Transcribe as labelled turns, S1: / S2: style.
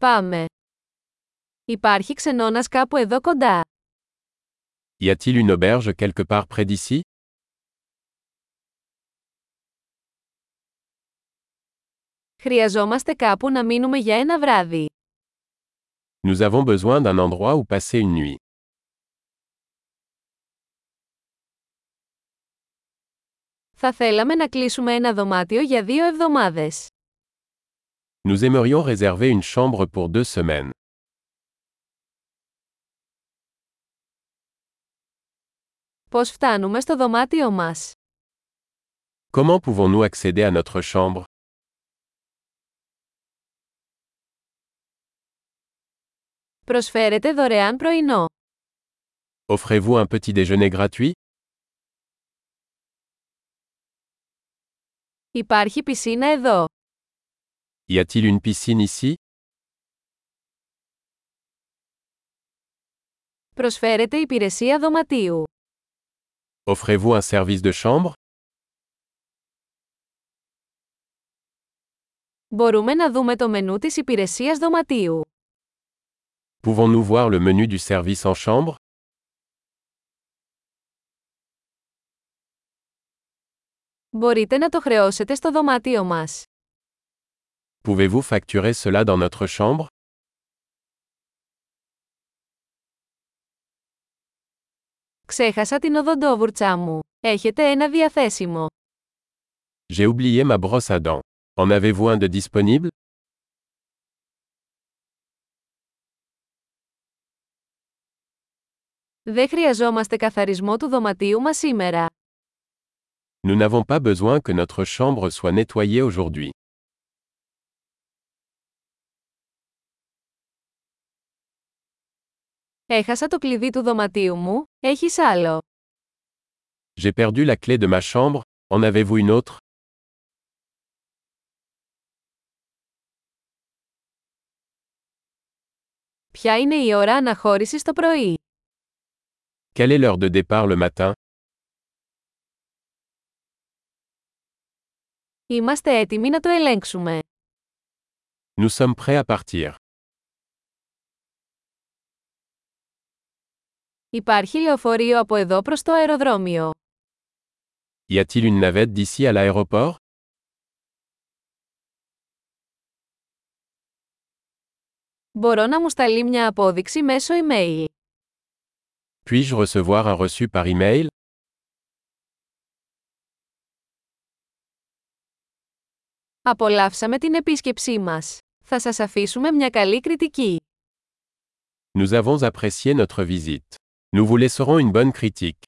S1: Πάμε. Υπάρχει ξενώνας κάπου εδώ κοντά.
S2: Y a-t-il une auberge quelque part près d'ici
S1: Χρειαζόμαστε κάπου να μείνουμε για ένα βράδυ.
S2: Nous avons besoin d'un endroit où passer une nuit.
S1: Θα θέλαμε να κλείσουμε ένα δωμάτιο για δύο εβδομάδες.
S2: Nous aimerions réserver une chambre pour deux semaines.
S1: Πώς φτάνουμε στο δωμάτιο μας.
S2: Comment pouvons-nous accéder à notre chambre
S1: Προσφέρετε δωρεάν πρωινό.
S2: Offrez-vous un petit déjeuner gratuit
S1: Υπάρχει πισίνα εδώ.
S2: Y a-t-il une piscine ici
S1: Προσφέρετε υπηρεσία δωματίου.
S2: Offrez-vous un service de chambre
S1: Μπορούμε να δούμε το μενού της υπηρεσίας δωματίου.
S2: Pouvons-nous voir le menu du service en chambre
S1: Μπορείτε να το χρεώσετε στο δωμάτιο μας.
S2: Pouvez-vous facturer cela dans notre chambre
S1: Ξέχασα την οδοντόβουρτσά μου. Έχετε ένα διαθέσιμο.
S2: J'ai oublié ma brosse à dents. En avez-vous un de disponible
S1: Δεν χρειαζόμαστε καθαρισμό του δωματίου μας σήμερα.
S2: Nous n'avons pas besoin que notre chambre soit nettoyée aujourd'hui.
S1: Έχασα το κλειδί του δωματίου μου, έχεις άλλο.
S2: J'ai perdu la clé de ma chambre, en avez-vous une autre
S1: Ποια είναι η ώρα αναχώρησης το πρωί.
S2: Quelle est l'heure de départ le matin
S1: Είμαστε έτοιμοι να το ελέγξουμε.
S2: Nous sommes prêts à partir.
S1: Υπάρχει λεωφορείο από εδώ προς το αεροδρόμιο.
S2: Y a-t-il une navette d'ici à l'aéroport
S1: Μπορώ να μου σταλεί μια απόδειξη μέσω email.
S2: Puis-je recevoir un reçu par email
S1: Απολαύσαμε την επίσκεψή μας. Θα σας αφήσουμε μια καλή κριτική.
S2: Nous avons apprécié notre visite. Nous vous laisserons une bonne critique.